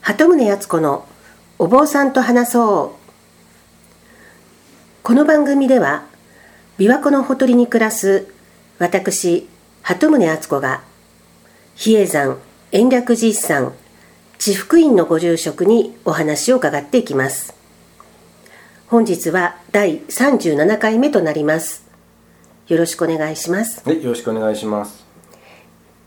鳩宗敦子のお坊さんと話そうこの番組では琵琶湖のほとりに暮らす私鳩宗敦子が比叡山延暦寺一山地福院のご住職にお話を伺っていきます本日は第37回目となりますよろしくお願いしますはい、よろしくお願いします。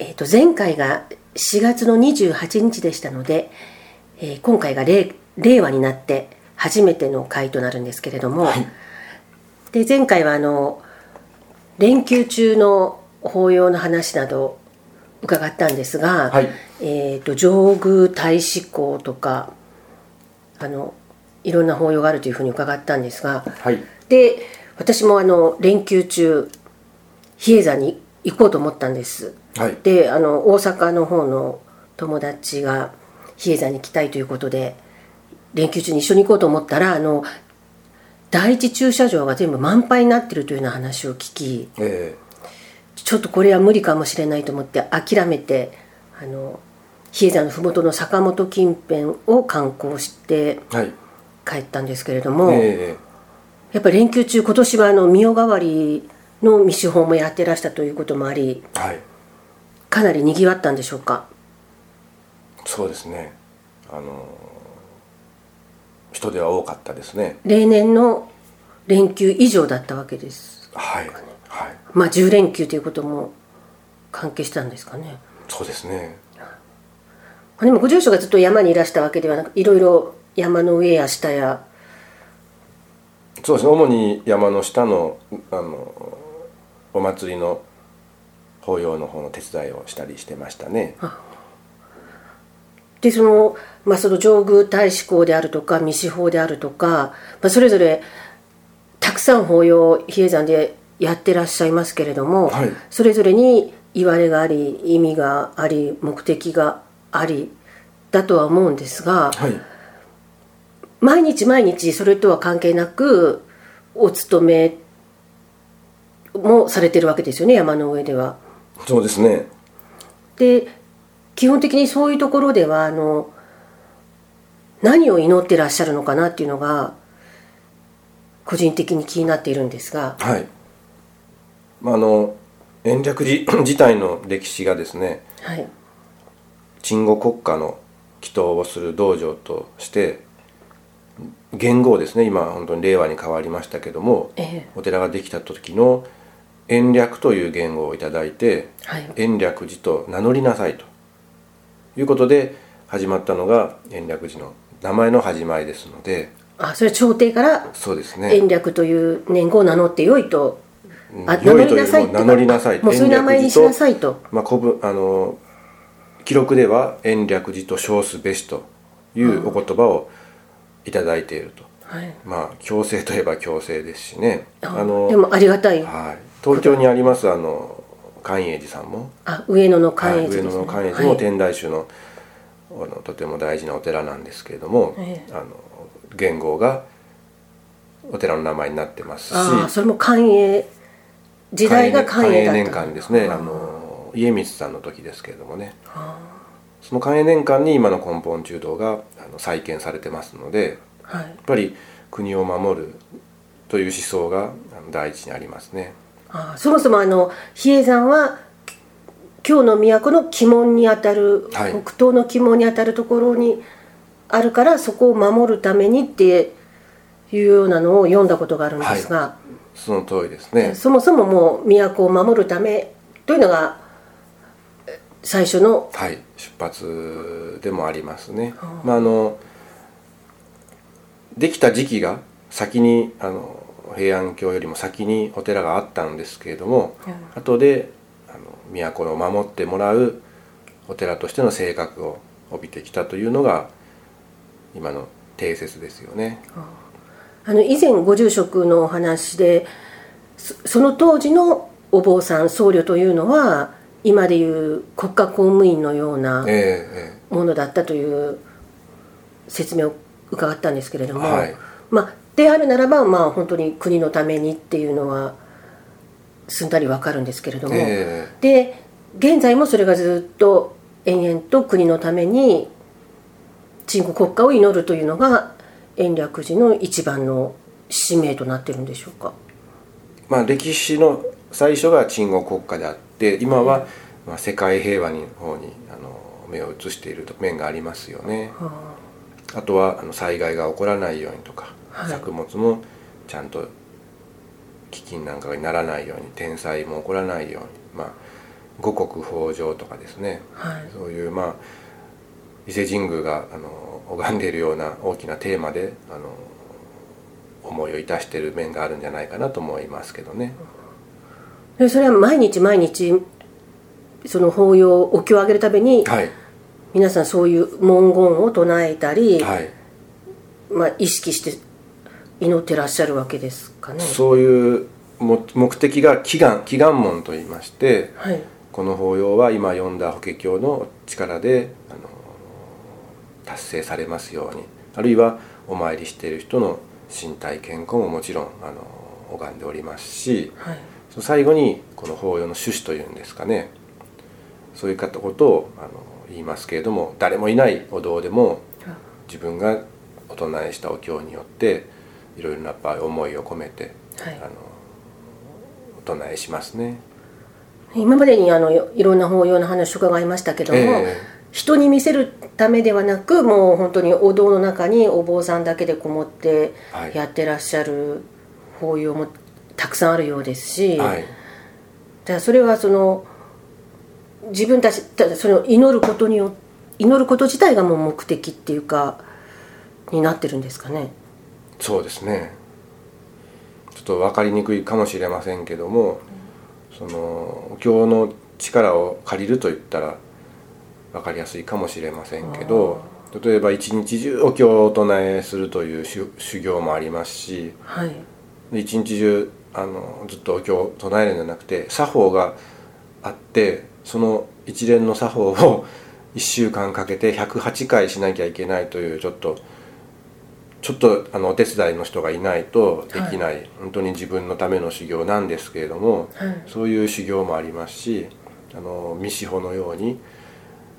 えー、と前回が4月の28日でしたので、えー今回が令令和になって初めての回となるんですけれども、で前回はあの連休中の法要の話など伺ったんですが、はいえー、と上宮大志公とかあのいろんな法要があるというふうに伺ったんですが、はい。で私もあの連休中比叡山に行こうと思ったんです。はい。であの大阪の方の友達が比叡山に来たいということで連休中に一緒に行こうと思ったらあの第一駐車場が全部満杯になってるというような話を聞きえちょっとこれは無理かもしれないと思って諦めてあの比叡山の麓の坂本近辺を観光してー、はい。帰ったんですけれども、えやっぱり連休中今年はあの御代代わりの未手法もやってらしたということもありー、はい。かなりにぎわったんでしょうかそうですね。あのー人では多かったですね。例年の連休以上だったわけですはい。はい。まあ10連休ということも関係したんですかねそうですね。あでもご住所がずっと山にいらしたわけではなくいろいろ山の上や下やそうですね。主に山の下の、あのーお祭りの法要の方の手伝いをしたりしてましたね。でその,、まあ、その上宮大志公であるとか未司法であるとか、まあ、それぞれたくさん法要を比叡山でやってらっしゃいますけれども、はいそれぞれに言われがあり意味があり目的がありだとは思うんですが、はい。毎日毎日それとは関係なくお勤めもされてるわけですよね山の上では。そうですね。で基本的にそういうところではあの何を祈ってらっしゃるのかなっていうのが個人的に気になっているんですがはい。まあ、あの延暦寺自体の歴史がですね。はい鎮護国家の祈祷をする道場として元号ですね今本当に令和に変わりましたけども、ええお寺ができた時の延暦という元号をいただいてはい延暦寺と名乗りなさいということで始まったのが延暦寺の名前の始まりですのであそれは朝廷からそうです延ね暦という年号を名乗ってよいとあ良いというのをってか名乗りなさいもうそういう名前にしなさいとまあ、古文あの記録では「延暦寺と称すべし」というお言葉をいただいていると、はいまあ強制といえば強制ですしねああのでもありがたいはい、東京にありますあの寛永寺さんも、あ上野の寛は永い寺上です、ね野の寛永寺もはい天台宗の,、あのとても大事なお寺なんですけれども、ええあの元号がお寺の名前になってますしああそれも寛永時代が寛永だった寛年間ですねあの家光さんの時ですけれどもねその寛永年間に今の根本中道があの再建されてますのではいやっぱり国を守るという思想があの第一にありますねああそもそもあの比叡山は京の都の鬼門にあたる、はい北東の鬼門にあたるところにあるからそこを守るためにっていうようなのを読んだことがあるんですが、その通りですねそもそももう都を守るためというのがえ最初のはい出発でもありますね、まああのできた時期が先にあの平安京よりも先にお寺があったんですけれども、後であの都を守ってもらうお寺としての性格を帯びてきたというのが今の定説ですよね。あの以前ご住職のお話でそその当時のお坊さん僧侶というのは今でいう国家公務員のような。えええものだったという説明を伺ったんですけれども、はいまあ、であるならば、まあ、本当に国のためにっていうのはすんなりわかるんですけれども、えで現在もそれがずっと延々と国のために鎮護国家を祈るというのが延暦寺の一番の使命となってるんでしょうかまあ、歴史の最初が鎮護国家であって今はまあ世界平和の方にあの目を移していると面がありますよね。はあとはあの災害が起こらないようにとか、はい作物もちゃんと飢饉なんかにならないように天災も起こらないように、まあ、五穀豊穣とかですねあはいそういう、まあ、伊勢神宮があの拝んでいるような大きなテーマであの思いをいたしている面があるんじゃないかなと思いますけどね。でそれは毎日毎日その法要お経をあげるために、はい、皆さんそういう文言を唱えたり、はいまあ、意識して祈ってらっしゃるわけですかね。そういうも目的が祈願祈願門といいまして、はいこの法要は今読んだ法華経の力であの達成されますようにあるいはお参りしている人の身体健康ももちろんあの拝んでおりますしはいその最後にこの法要の趣旨というんですかねそういうことをあの言いますけれども誰もいないお堂でも自分がお唱えしたお経によっていろいろなやっぱり思いを込めて、はいあのお唱えしますね。今までにあのよいろんな法要の話を伺いましたけども、ええ人に見せるためではなくもう本当にお堂の中にお坊さんだけでこもってはいやってらっしゃる法要もたくさんあるようですし、はいだからそれはその自分たちたその祈ることによ祈ること自体がもう目的っていうかになってるんですかね。そうですねちょっと分かりにくいかもしれませんけども、そのお経の力を借りると言ったら分かりやすいかもしれませんけど例えば一日中お経をお唱えするという修修行もありますしはい、一日中あのずっとお経を唱えるんじゃなくて作法があってその一連の作法を1週 間かけて108回しなきゃいけないというちょっとちょっとあのお手伝いの人がいないとできない、本当に自分のための修行なんですけれども、はいそういう修行もありますしあの見志保のように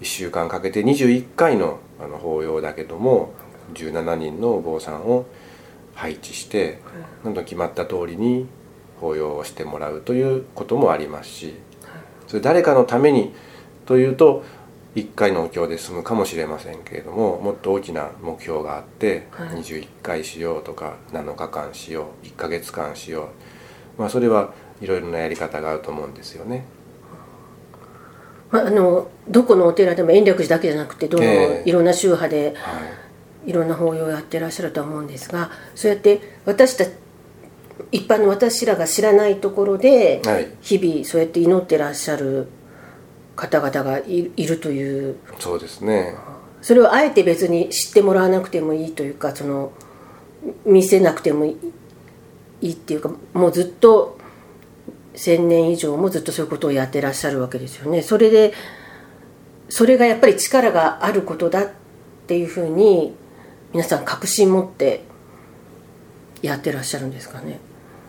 1週間かけて21回のあの法要だけども17人のお坊さんを配置して、どんどん決まった通りに法要をしてもらうということもありますし、それ誰かのためにというと1回のお経で済むかもしれませんけれどももっと大きな目標があって、はい21回しようとか7日間しよう1ヶ月間しよう、まあ、それはいろいろなやり方があると思うんですよね。まああのどこのお寺でも延暦寺だけじゃなくてどの、ええいろんな宗派ではいいろんな法要をやってらっしゃるとは思うんですがそうやって私たち一般の私らが知らないところで、はい日々そうやって祈ってらっしゃる方々がいいるというそうですねそれをあえて別に知ってもらわなくてもいいというかその見せなくてもいいいいっていうかもうずっと1,000年以上もずっとそういうことをやってらっしゃるわけですよね。それでそれがやっぱり力があることだっていうふうに皆さん確信持ってやってらっしゃるんですかね。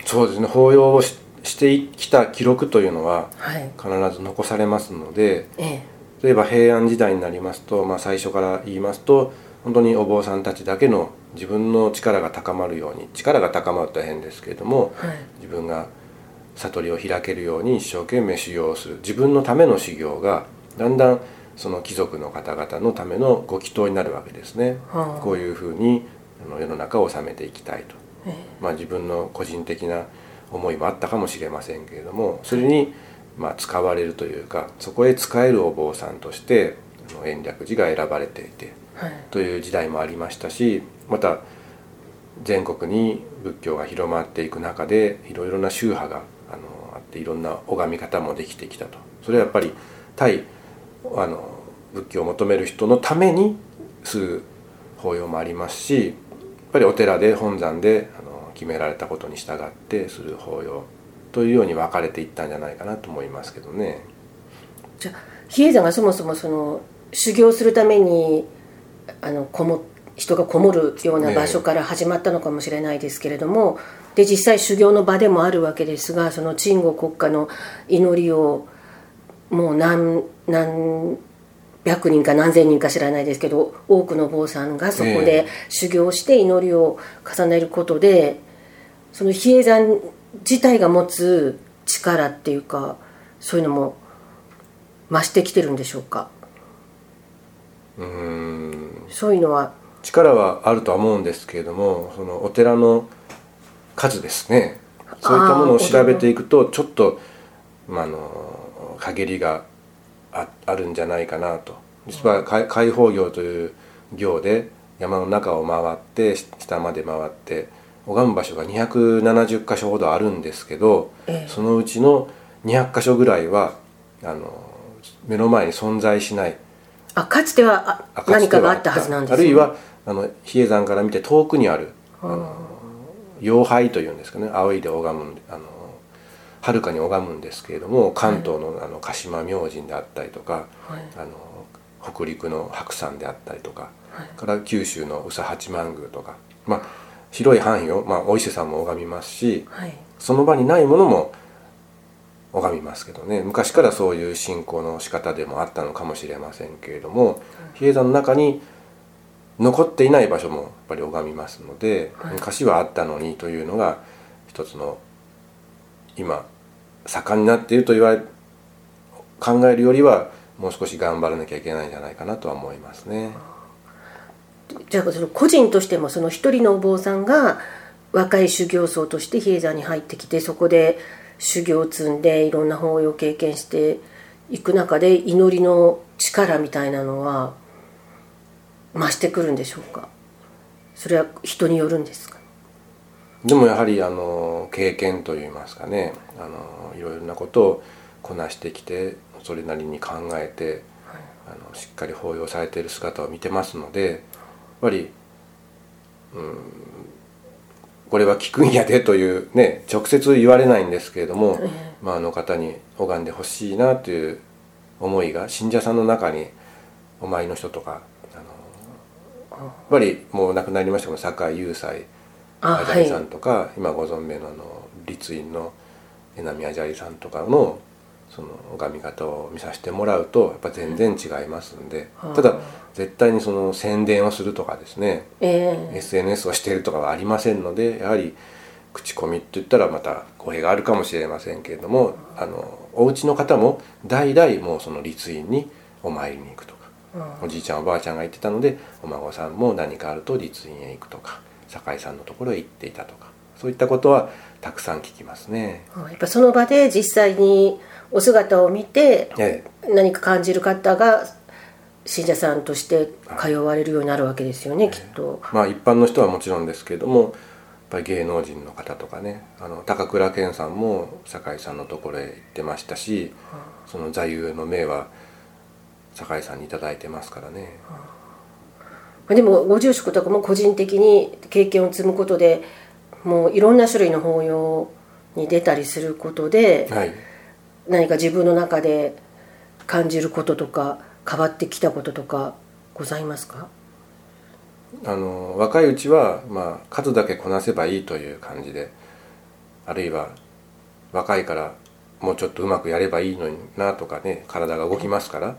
そうですね法要をししてきた記録というのははい、必ず残されますので、ええ例えば平安時代になりますと、まあ、最初から言いますと本当にお坊さんたちだけの自分の力が高まるように力が高まると変ですけれども、はい自分が悟りを開けるように一生懸命修行をする自分のための修行がだんだんその貴族の方々のためのご祈祷になるわけですね、はあこういうふうにあの世の中を治めていきたいとえまあ、自分の個人的な思いもあったかもしれませんけれどもそれにまあ使われるというかそこへ使えるお坊さんとしてあの延暦寺が選ばれていてえはいという時代もありましたしまた全国に仏教が広まっていく中でいろいろな宗派があのあっていろんな拝み方もできてきたとそれはやっぱり対あの仏教を求める人のためにする法要もありますしやっぱりお寺で本山であの決められたことに従ってする法要というように分かれていったんじゃないかなと思いますけどね。じゃあ比叡山がそもそもその修行するためにあのこも人がこもるような場所から始まったのかもしれないですけれども、で実際修行の場でもあるわけですがその鎮護国家の祈りをもう何何100人か何千人か知らないですけど多くの坊さんがそこえで修行して祈りを重ねることでその比叡山自体が持つ力っていうかそういうのも増してきてるんでしょうかうーんそういうのは力はあるとは思うんですけれどもそのお寺の数ですねそういったものを調べていくとちょっと、まあ、あの陰りがああるんじゃないかなと実は開開放業という行で山の中を回ってし下まで回って拝む場所が270箇所ほどあるんですけど、ええそのうちの200箇所ぐらいはあの目の前に存在しないあかつてはあかつ何てかがあったはずなんですあよるいはあの比叡山から見て遠くにあるあの妖拝というんですかね仰いで拝むんであの遥かに拝むんですけれども関東の,、あの鹿島明神であったりとか、はいあの北陸の白山であったりとか、から九州の宇佐八幡宮とか、まあ、広い範囲を、まあ、お伊勢さんも拝みますしはいその場にないものも拝みますけどね昔からそういう信仰の仕方でもあったのかもしれませんけれども比叡山の中に残っていない場所もやっぱり拝みますので、はい昔はあったのにというのが一つの今盛んになっていると言われ考えるよりはもう少し頑張らなきゃいけないんじゃないかなとは思いますね。じゃあその個人としてもその一人のお坊さんが若い修行僧として比叡山に入ってきてそこで修行を積んでいろんな法要を経験していく中で祈りの力みたいなのは増してくるんでしょうかそれは人によるんですかでもやはりあの経験といいますかねあのいろいろなことをこなしてきてそれなりに考えてあのしっかり抱擁されている姿を見てますのでやっぱり、うん、これは聞くんやでというね直接言われないんですけれども、まあ、あの方に拝んでほしいなという思いが信者さんの中にお参りの人とかあのやっぱりもう亡くなりましたけど酒井雄斎あアジャリさんとか、今ご存命のあの立院の江波アジャリさんとかのその拝み方を見させてもらうとやっぱ全然違いますんで、うんただ絶対にその宣伝をするとかですね、え SNS をしているとかはありませんのでやはり口コミって言ったらまた語弊があるかもしれませんけれどもあのお家の方も代々もうその立院にお参りに行くとか、おじいちゃんおばあちゃんが行ってたのでお孫さんも何かあると立院へ行くとか酒井さんのところへ行っていたとかそういったことはたくさん聞きますね。えやっぱその場で実際にお姿を見てええ何か感じる方が信者さんとして通われるようになるわけですよね、きっと。まあ一般の人はもちろんですけれどもやっぱり芸能人の方とかねあの高倉健さんも酒井さんのところへ行ってましたし、その座右の銘は酒井さんに頂いただいてますからね、でもご住職とかも個人的に経験を積むことでもういろんな種類の法要に出たりすることで、はい何か自分の中で感じることとか変わってきたこととかございますかあの若いうちは、まあ、数だけこなせばいいという感じであるいは若いからもうちょっとうまくやればいいのになとかね体が動きますから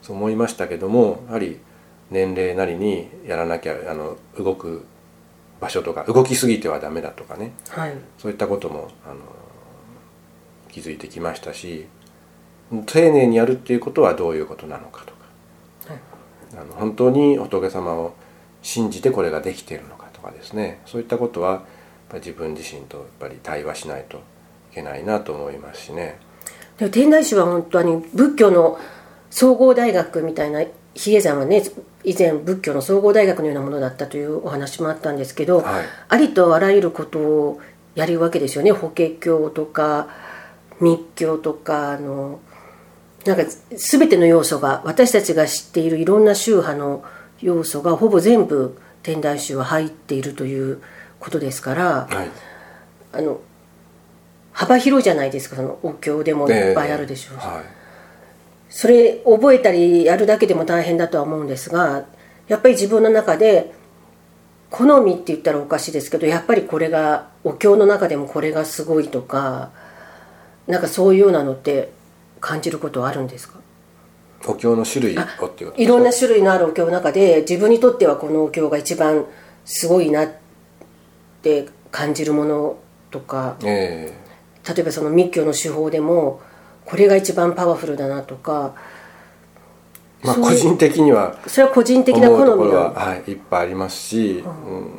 そう思いましたけどもやはり年齢なりにやらなきゃあの動く場所とか動きすぎてはダメだとかねはいそういったこともあの気づいてきましたし丁寧にやるっていうことはどういうことなのかとかあの本当に仏様を信じてこれができているのかとかですねそういったことはやっぱり自分自身とやっぱり対話しないといけないなと思いますしね。でも天台宗は本当に仏教の総合大学みたいな比叡山はね以前仏教の総合大学のようなものだったというお話もあったんですけど、はいありとあらゆることをやるわけですよね法華経とか密教とかあのなんか全ての要素が私たちが知っているいろんな宗派の要素がほぼ全部天台宗は入っているということですから。はいあの幅広いじゃないですかそのお経でもいっぱいあるでしょうし、ええはいそれ覚えたりやるだけでも大変だとは思うんですがやっぱり自分の中で好みって言ったらおかしいですけどやっぱりこれがお経の中でもこれがすごいとかなんかそういうようなのって感じることはあるんですかお経の種類をっていうこといろんな種類のあるお経の中で自分にとってはこのお経が一番すごいなって感じるものとかえ例えばその密教の手法でもこれが一番パワフルだなとかえまあそう個人的にはそれは個人的な思うと好こみろは、のはい、いっぱいありますし、うん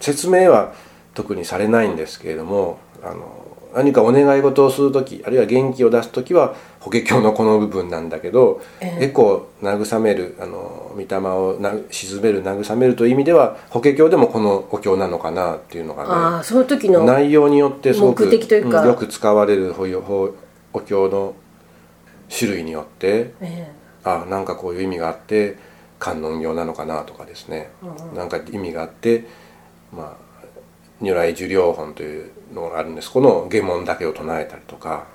説明は特にされないんですけれどもあの何かお願い事をする時あるいは元気を出す時は「法華経のこの部分なんだけど、結構慰めるあの御霊をな鎮める慰めるという意味では法華経でもこのお経なのかなっていうのあがあその時ねの内容によってすごく目的というかんよく使われる法要法お経の種類によってえあなんかこういう意味があって観音経なのかなとかですね、なんか意味があって、まあ、如来寿量本というのがあるんですこの下門だけを唱えたりとか、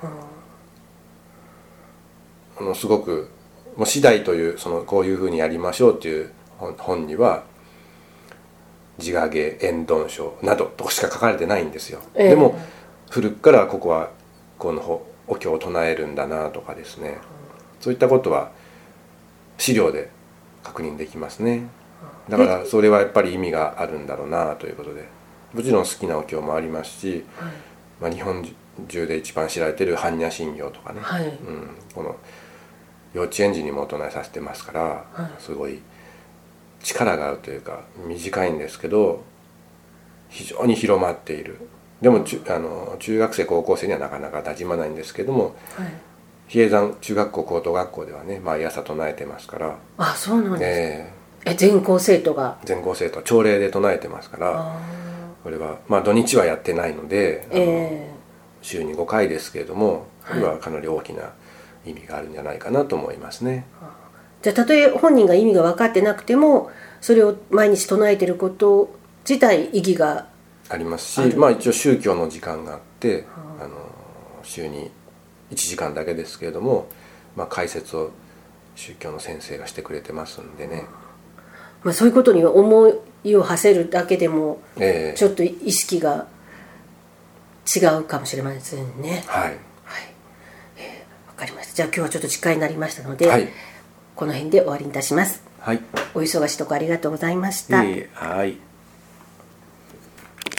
あのすごく「もう次第」というそのこういうふうにやりましょうという本本には「地上げ円頓書」などとしか書かれてないんですよ。ええでも古くからここはこのほお経を唱えるんだなとかですねそういったことは資料で確認できますねだからそれはやっぱり意味があるんだろうなということでもちろん好きなお経もありますし、まあ、日本中で一番知られてる般若心経とかね、はいうん、この幼稚園児にもお唱えさせてますから、すごい力があるというか短いんですけど非常に広まっているでも中あの中学生高校生にはなかなか馴染まないんですけどもえはい、比叡山中学校高等学校ではね毎朝唱えてますから、あそうなんです、ええ全校生徒がー全校生徒は朝礼で唱えてますからあこれはまあ土日はやってないので、ーあのえ週に5回ですけれどもこれはかなり大きな意味があるんじゃないかなと思いますね。えじゃあたとえ本人が意味が分かってなくてもそれを毎日唱えてること自体意義がありますしまあ一応宗教の時間があって、あの週に1時間だけですけれども、まあ、解説を宗教の先生がしてくれてますんでね、まあ、そういうことに思いを馳せるだけでもええちょっと意識が違うかもしれませんね。はいはい、えーわかりました。じゃあ今日はちょっと時間になりましたので、はいこの辺で終わりにいたします。はいお忙しいとこありがとうございました。いいはい。